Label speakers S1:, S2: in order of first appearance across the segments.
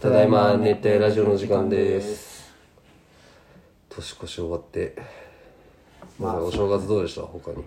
S1: ただいま熱帯ラジオの時間です年越し終わってまあお正月どうでした他に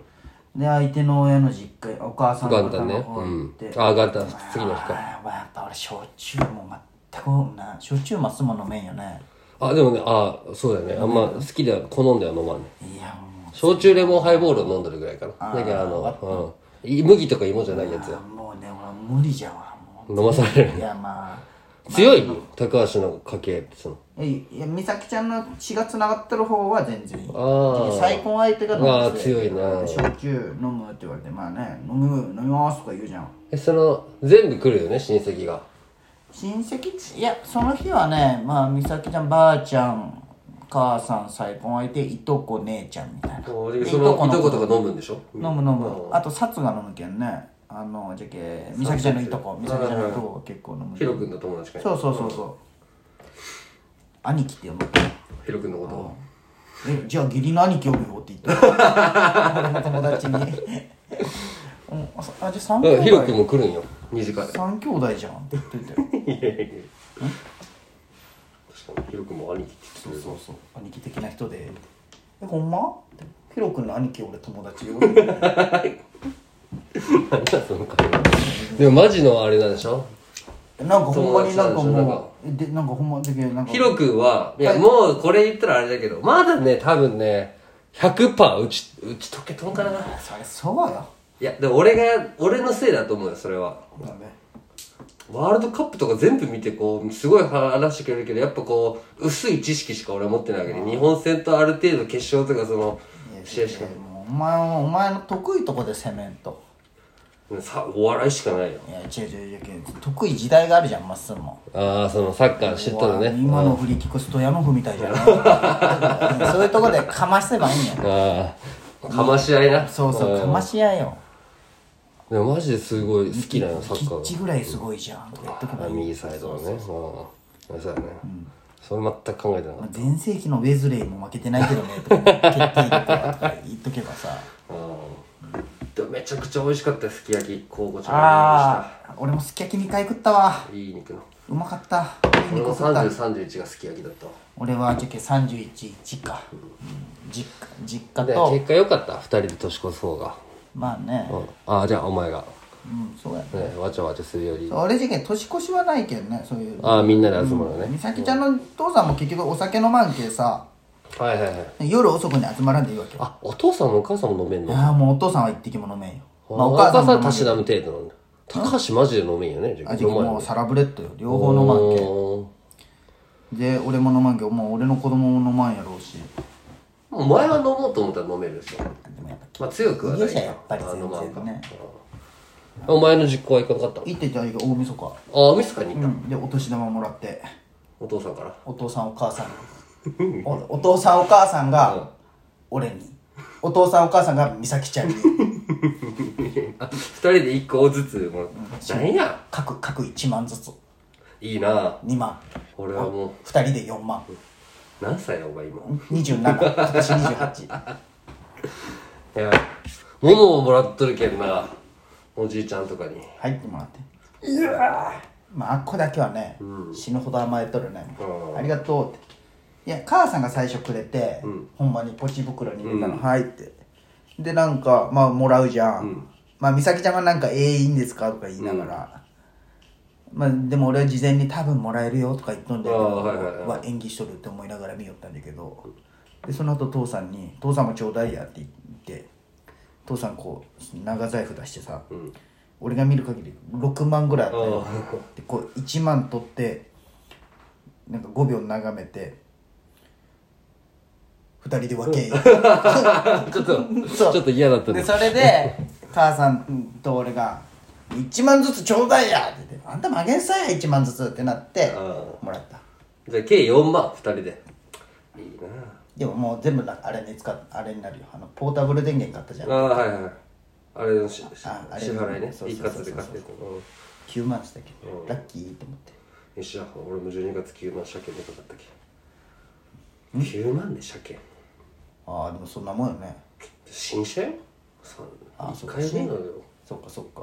S2: で相手の親の実家お母さん
S1: 元
S2: の
S1: 旦
S2: 方
S1: ね
S2: の
S1: う
S2: 方行っ
S1: ん
S2: て、
S1: あ元旦次
S2: あ
S1: の日か
S2: ーまあやっぱ俺焼酎も全くな焼酎ますも飲めんよね
S1: あでもねあそうだよねあんま好きでは好んでは飲まんね
S2: いやも
S1: 焼酎レモンハイボールを飲んでるぐらいかなだけどあの、うんい、麦とか芋じゃないやつや
S2: うもうね俺無理じゃわも
S1: 飲まされる
S2: ういやまあ
S1: 強い高橋の家系ってその
S2: えいや美咲ちゃんの血がつながってる方は全然いい
S1: あー
S2: 再婚相手が飲む
S1: あー強いな
S2: 焼酎飲むって言われてまあね飲む飲みますとか言うじゃん
S1: えその全部来るよね親戚が
S2: 親戚いやその日はねまあ美咲ちゃんばあちゃん母さん再婚相手いとこ姉ちゃんみたいな
S1: その
S2: で
S1: いと
S2: 子
S1: ことか飲むんでしょ
S2: 飲む飲むあとサツが飲むけんねあのじゃけ美咲ちゃんのいとこ美咲ちゃんのいとこが結構飲む
S1: ヒ
S2: そ
S1: ロ
S2: う
S1: 君の友達かい
S2: そうそうそう兄貴って呼ぶ
S1: ヒロ君のことを
S2: えじゃあ義理の兄貴呼ぶよって言った 俺の友達にうんあそあじゃあ3
S1: うん、ヒ
S2: 兄
S1: ロ
S2: 弟
S1: 君も来るんよ2時間で
S2: 三兄弟じゃんって言ってたよ
S1: 確かにヒロ君も兄貴って言
S2: そう
S1: って
S2: そうそう兄貴的な人で「えほんま?」ってヒロ君の兄貴俺友達よい
S1: た何だその会話でもマジのあれなんでしょ
S2: なんかほんまにな
S1: 友達なん
S2: んか
S1: でしょなんか
S2: もうえでなんかほんまだけどなんか
S1: ヒロ君はいやもうこれ言ったらあれだけどまだね多分ね100%打ち打ち解けとんからない
S2: それそうよ
S1: やでも俺が俺のせいだと思うよそれは
S2: なんで
S1: ワールドカップとか全部見てこう、すごい話してくれるけど、やっぱこう、薄い知識しか俺は持ってないわけで、日本戦とある程度決勝とかその、
S2: い
S1: 試
S2: や
S1: 合しか
S2: いやもうお前はお前の得意とこで攻めんと
S1: さ、お笑いしかないよ。
S2: いや違う違う違う違う得意時代があるじゃんまっすぐも
S1: ああ、そのサッカー知っとる
S2: うわ
S1: ね。
S2: 今の振りキックストヤノフみたいじゃない うんそういうとこでかませばいいんや
S1: ああ、かまし合いな。
S2: そうそうかまし合えよ
S1: でもマジですごい好きなの、サ
S2: キ
S1: ッカ
S2: ッチ
S1: ー
S2: ぐらいすごいじゃんとか言っとけば
S1: が。
S2: いい
S1: 右サイドのね。うん。そうだね。それ全く考えてなか
S2: ま
S1: っ
S2: あ全盛期のウェズレイも負けてないけどねとか決定力はとか言っとけば さ
S1: た。うん。でもめちゃくちゃ美味しかったよすき焼き、交互ちゃんが
S2: ああ俺もすき焼き2回食ったわ
S1: いい肉の。
S2: うまかったいい
S1: 俺
S2: 肉
S1: も
S2: 食った
S1: 30、31がすき焼きだったわ。
S2: 俺はじゃけ311か、うん、実家実家
S1: で
S2: と
S1: 結果良かった2人で年越す方が、
S2: まあね
S1: うん、ああじゃあお前が、
S2: うんそうやね
S1: ね、わちゃわちゃするより
S2: 俺じゃけ年越しはないけどねそういう
S1: ああみんなで集まるのね、
S2: 美咲ちゃんの父さんも結局お酒飲まんけさ
S1: はいはいはい
S2: 夜遅くに集まらんでいいわけよ
S1: あお父さんもお母さんも飲めんの
S2: ああもうお父さんは一滴も飲めんよまあ
S1: お
S2: お
S1: 母
S2: 母
S1: さ
S2: さ
S1: んは
S2: んも
S1: たしなむ程度なんだ高橋マジで飲めんよね
S2: あじ
S1: 飲
S2: ゃ
S1: まんよ
S2: けもう
S1: ね
S2: サラブレッドよ両方飲まんけ
S1: お
S2: で俺も飲まんけどもう俺の子供も飲まんやろうし
S1: ーお前は飲もうと思ったら飲めるでしょ
S2: でもやっぱ
S1: まあ強くはない
S2: 家じゃやっぱり
S1: あ飲まん
S2: 全
S1: か
S2: 然ね
S1: うんお前の実家はいかなかったの
S2: 行ってたら大晦日
S1: ああミスカに行
S2: う
S1: った、
S2: んでお年玉もらって
S1: お父さんから
S2: お父さんお母さん におお父さんお母さんが俺にお父さんお母さんが美咲ちゃんに
S1: あ2人で1個ずつもらった何や
S2: 各各1万ずつ
S1: いいな
S2: 2万
S1: 俺はもう
S2: 2人で4万
S1: 何歳だお前今
S2: 27今年28
S1: いやももをもらっとるけんなおじいちゃんとかに
S2: 入ってもらってまああっこだけはね、死ぬほど甘えとるね
S1: うん
S2: ありがとうっていや母さんが最初くれて、ほんまにポチ袋に入れたの、はいってでなんかまあもらうじゃん、まあ美咲ちゃんがなんか「ええいいんですか?」とか言いながら、まあでも俺は事前に「多分もらえるよ」とか言っとんだけど、
S1: あーはいはいはい
S2: わ演技しとるって思いながら見よったんだけどでその後父さんに「父さんもちょうだいや」って言って父さんこう長財布出してさ、俺が見る限り6万ぐらいあったよでこう1万取ってなんか5秒眺めて2人で分け
S1: ちょっと
S2: そう
S1: ちょっと嫌だった
S2: で
S1: ね
S2: それで母さんと俺が「1万ずつちょうだいや!」って言って「あんたもあげんさい1万ずつ」ってなって
S1: う
S2: もらった
S1: じゃあ計4万2人でいい
S2: でももう全部なあれに使っあれになるよあのポータブル電源買ったじゃん
S1: なああはいはいあれのしし支
S2: ああれ
S1: 払いね
S2: そうそう
S1: 一
S2: そうそう
S1: 括で買ってこ
S2: 9万したけど、ラッキーと思って
S1: うよしや俺も12月9万車検でかかったけん9万で車検
S2: ああでもそんなもんよね
S1: 新車よさ
S2: あそうか
S1: 一回目なのよ
S2: そっかそっか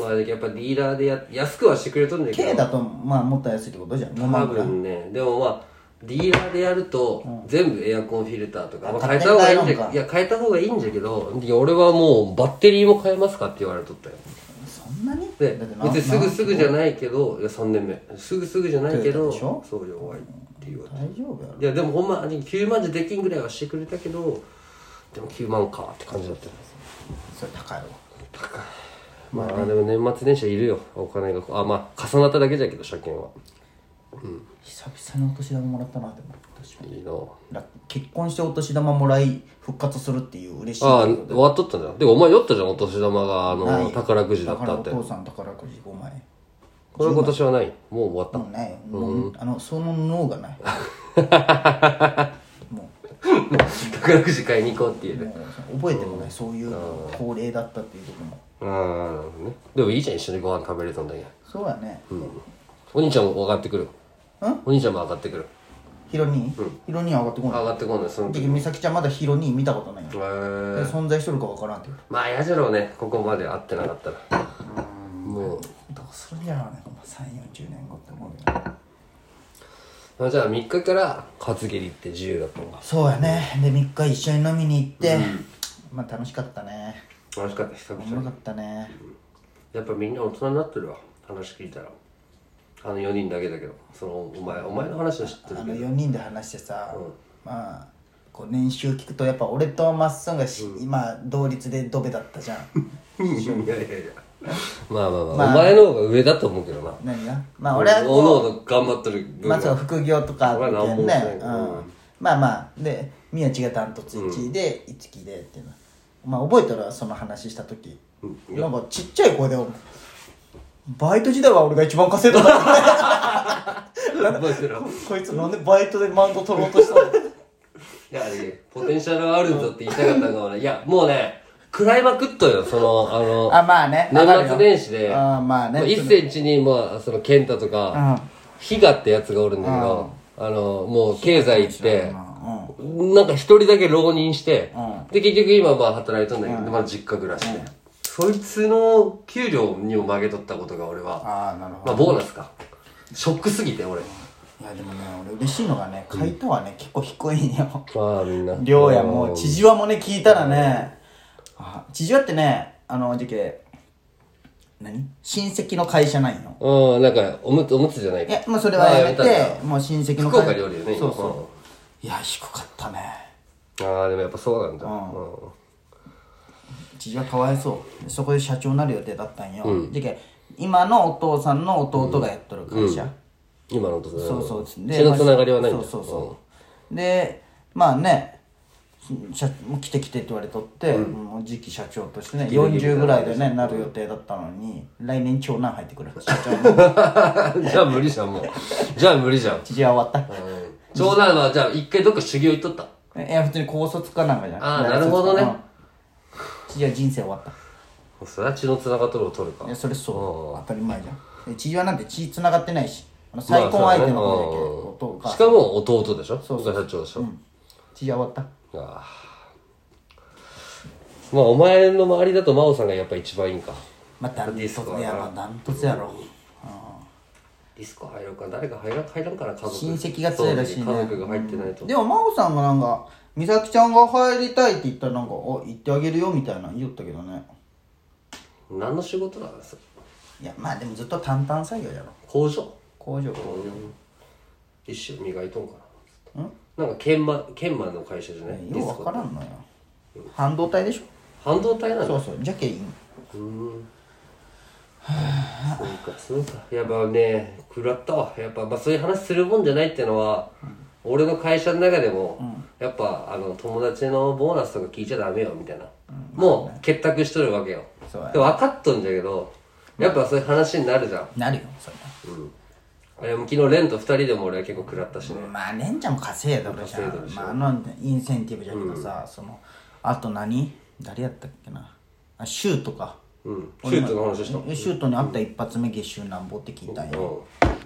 S1: まあやっぱディーラーでや安くはしてくれとんだけ
S2: K
S1: ど
S2: だとまあもっと安いってことじゃん5
S1: 多
S2: 万ぐらい
S1: 分ねでもまあディーラーでやると全部エアコンフィルターとか、
S2: あ
S1: まあ、変え
S2: 勝手
S1: た
S2: に
S1: 方がいいんじ
S2: 変えろん
S1: ゃ
S2: か
S1: いや変えた方がいいんじゃけどいや俺はもうバッテリーも変えますかって言われとったよ
S2: そんなに
S1: で
S2: だってな
S1: 別にすぐ
S2: な
S1: すぐじゃないけどいや3年目すぐすぐじゃないけ
S2: トヨ
S1: ど
S2: タでしょ
S1: そう弱いって言われて
S2: 大丈夫やろ
S1: いやでもほんまに9万じゃできんぐらいはしてくれたけどでも9万かって感じだったよ
S2: それ高いわ
S1: まあでも年末年始はいるよお金があまあ重なっただけじゃけど車検は
S2: 久々にお年玉もらったなでも確かに
S1: いいな
S2: だから結婚してお年玉もらい復活するっていう嬉しい
S1: ああ終わっとったじゃんでもお前酔ったじゃんお年玉があの宝くじだったって
S2: からお父さん宝くじ5枚
S1: これ今年はないもう終わった
S2: もうないもうあのその脳がない もう
S1: 宝くじ買いに行こうっていうね
S2: 覚えてもないそういう恒例だったっていうところも
S1: ああなるほどねでもいいじゃん一緒にご飯食べれたんだけど
S2: そうやね
S1: お兄ちゃんも上がってくる
S2: ん
S1: お兄ちゃんも上がってくる
S2: ヒロニーヒロニーは上がってこな
S1: 上
S2: い
S1: がってこんのよその時
S2: で美咲ちゃんまだヒロニー見たことないよ
S1: へー
S2: 存在しとるかわからんって言う
S1: まあ嫌じゃろうねここまで会ってなかったらもう
S2: どうするんやろうねほんま340年後って思うよね
S1: まあじゃあ3日から初蹴りって自由だったのか
S2: そうやねで3日一緒に飲みに行ってまあ楽しかったね
S1: 楽しかった久
S2: お
S1: 々
S2: もろかったね
S1: やっぱみんな大人になってるわ話聞いたらあの4人だけだけどそのお前お前の話は知って
S2: あ
S1: る
S2: の
S1: けど
S2: 4人で話してさ、まあこう年収聞くとやっぱ俺とまっすんがし、今同率でドベだったじ ゃん
S1: いやいやいやまあまあまあ、
S2: まあ
S1: お前の方が上だと思うけどな
S2: 何がまあ俺は
S1: おの
S2: こ
S1: おの頑張ってる
S2: う
S1: 分
S2: まずは
S1: は
S2: 副業とか
S1: 俺は
S2: だ
S1: 何
S2: け
S1: も
S2: ど
S1: してない
S2: ね、うん、まあまあで宮地が担当つっちで一木でっていうのまあ覚えてるわその話した時、なんかちっちゃい声でバイト時代は俺が一番稼いだんだ
S1: 覚えてる
S2: こいつなんでバイトでマウント取ろうとしたの
S1: いやあれポテンシャルはあるぞって言いたかったのが俺いやもうね食らいまくっとよそのあの
S2: あまあね
S1: 年
S2: わかる
S1: 末
S2: よ
S1: 年始で、
S2: あーまあね
S1: 一センチに、まあ、その、健太とか、ヒガってやつがおるんだけど、あの、もう、経済行って、なんか一人だけ浪人して、で、結局今、まあ、働いとんだけど、まあ、実家暮らしで。そいつの給料にも曲げとったことが、俺は。
S2: ああなるほ
S1: ま
S2: ど
S1: あ、ボーナスか。ショックすぎて、俺。
S2: いやでもね俺嬉しいのがね回答はね、結構低いんよ
S1: まあ、みんな。
S2: 亮やもう千々和もね聞いたらねあ千々和ってねあのじゃけ何親戚の会社なんよ
S1: うん、なんか、おむつ、おむつじゃない
S2: い
S1: か。
S2: やもうそれはやめ
S1: あやめたん
S2: てもう親戚
S1: だ
S2: の
S1: 福岡料理よね、
S2: そう
S1: 今
S2: そ。ういや低かったね
S1: ああ、でもやっぱそうなんだ。
S2: ん
S1: うん
S2: 千々和かわいそうそこで社長になる予定だったんよ、じゃけ今のお父さんの弟がやっとる会社、
S1: 今のとこ
S2: そうそう
S1: 血のつながりはないんだ
S2: そうそうそうでまあね社もう来て来てって言われとって、もう次期社長としてね40ぐらいでねなる予定だったのに来年長男入ってくる 社長の
S1: じゃあ無理じゃん、もう。じゃあ無理じゃん。
S2: 父親終わっ
S1: 長男は、じゃあ一回どっか修行行っとった。
S2: たいや普通に高卒かなんかじゃん
S1: あーなるほどね
S2: 父親人生終わった
S1: それは血のつながっとるを取るか
S2: いや。それそう当たり前じゃんで父親なんて血繋がってないしあの再婚相手の方だけど
S1: まあ
S2: 弟が
S1: しかも弟でしょそう社長でしょ、
S2: 父親終わった
S1: あーまあお前の周りだと真央さんがやっぱ一番いいんか。
S2: まあダント
S1: ディスコ
S2: ツ
S1: だない
S2: やまあダントツやろ、
S1: ディスコ入ろうか、誰か入らん入らんから家族。
S2: 親戚が強いらしいね
S1: そう家族が入ってないと。
S2: でも真帆さんがなんか美咲ちゃんが入りたいって言ったらなんか「お行ってあげるよ」みたいな言おったけどね
S1: 何の仕事だろうそれ
S2: いやまあでもずっと淡々作業やろ
S1: 工場
S2: 工場
S1: 一生磨いとんかな。なんか研磨、研磨の会社じゃないディス
S2: よう
S1: コ
S2: わからんのよ半導体でしょ
S1: 半導体なの
S2: そうそうじゃけいいん
S1: そうかそうかやっぱね食らったわやっぱ、まあ、そういう話するもんじゃないっていうのは、俺の会社の中でも、やっぱあの友達のボーナスとか聞いちゃダメよみたいな、もう結託しとるわけよ
S2: そうやね
S1: で分かっとんじゃけどやっぱそういう話になるじゃん、
S2: なるよそれ
S1: あれも昨日レンと2人でも俺は結構食らったしね、
S2: まあ蓮ちゃんも稼いだろじゃ
S1: 稼いだ
S2: ん、
S1: でしょ
S2: まあ、あのインセンティブじゃけどさ、そのあと何誰やったっけなあシュートか
S1: うん、シュートの話したもん
S2: えシュートにあった一発目月収なんぼって聞いたんよ、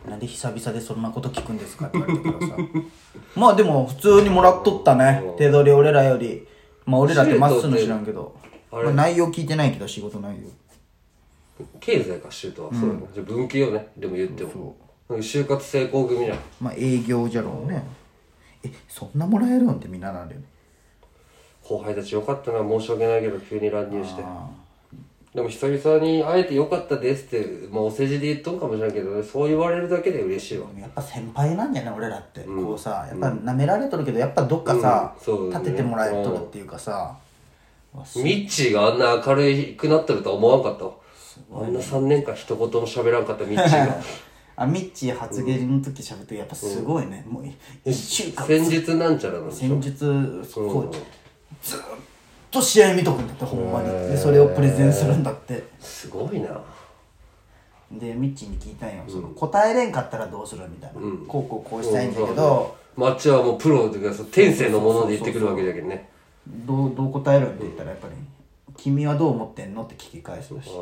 S2: なんで久々でそんなこと聞くんですかって言われたけどさ まあでも普通にもらっとったね手取り俺らよりまあ俺らってまっすぐ知らんけど、まあ、内容聞いてないけど仕事内容
S1: 経済かシュートは、そうだねじゃあ文系よねでも言ってもなんか就活成功組じゃん
S2: まあ営業じゃろうねえそんなもらえるんってみんななんだよね
S1: 後輩たちよかったな申し訳ないけど急に乱入してでも久々に会えてよかったですって、まあ、お世辞で言っとんかもしれんけどそう言われるだけで嬉しいわ
S2: やっぱ先輩なんじゃない俺らって、こうさやっぱ舐められとるけどやっぱどっかさ、
S1: うんそうだね
S2: 立ててもらえとるっていうかさ、
S1: ミッチーがあんな明るくなってるとは思わんかったわあんな3年間一言も喋らんか ったミッチーが
S2: あミッチー発言の時喋ってやっぱすごいね、もう1週間
S1: 戦術なんちゃらなんでしょ
S2: 戦術こう
S1: そう
S2: ずーっと試合見とくんだってほんまにでそれをプレゼンするんだって
S1: すごいな
S2: でミッチーに聞いたんよその答えれんかったらどうするみたいな、こうこうこうしたいんだけど、
S1: マッチはもうプロというかそう天性のもので言ってくるわけだけどね
S2: どうどう答えるって言ったらやっぱり「君はどう思ってんの?」って聞き返すらしい
S1: あ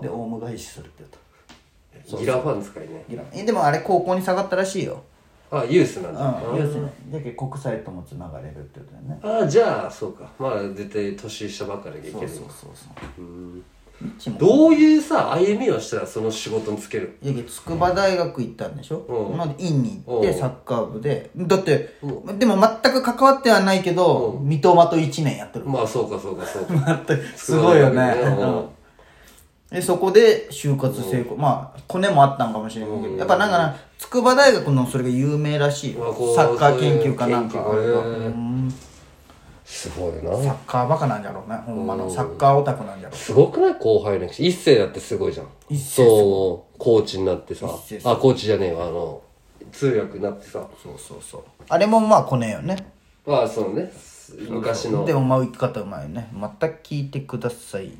S2: でオウム返しするって言った
S1: あギラファン使いね
S2: いらんえでもあれ高校に下がったらしいよ
S1: あユースなん
S2: うん
S1: だあ
S2: 要するにだけど国際ともつながれるってことだよね
S1: あじゃあそうかまあ絶対年下ばっかりでいける
S2: そうそうそうミッチーも
S1: どういうさ歩みをしたらその仕事につける
S2: いやけど筑波大学行ったんでしょ、
S1: うん
S2: まあ、院に行っ
S1: う
S2: て
S1: ん
S2: サッカー部でだって、でも全く関わってはないけど、三笘と1年やってる、
S1: まあそうかそうかそうか
S2: すごいよ ね
S1: そうだねうん
S2: でそこで就活成功、まあコネもあったんかもしれないけど、やっぱなんかな筑波大学のそれが有名らしいよ
S1: うわこう
S2: サッカー研究かなんか
S1: そういう研究
S2: う
S1: へー
S2: ん
S1: すごい
S2: サ
S1: な
S2: ッカーバカなんじゃろうねほんまのサッカーオタクなんじゃろう
S1: すごくない後輩の一世だってすごいじゃん
S2: 一世
S1: そうコーチになってさ
S2: 一世すごい
S1: あコーチじゃねえわあの通訳になってさ
S2: そうそうそうあれもまあコネよね
S1: まあそうね昔の
S2: でもまあ生き方うまいよねまた聞いてください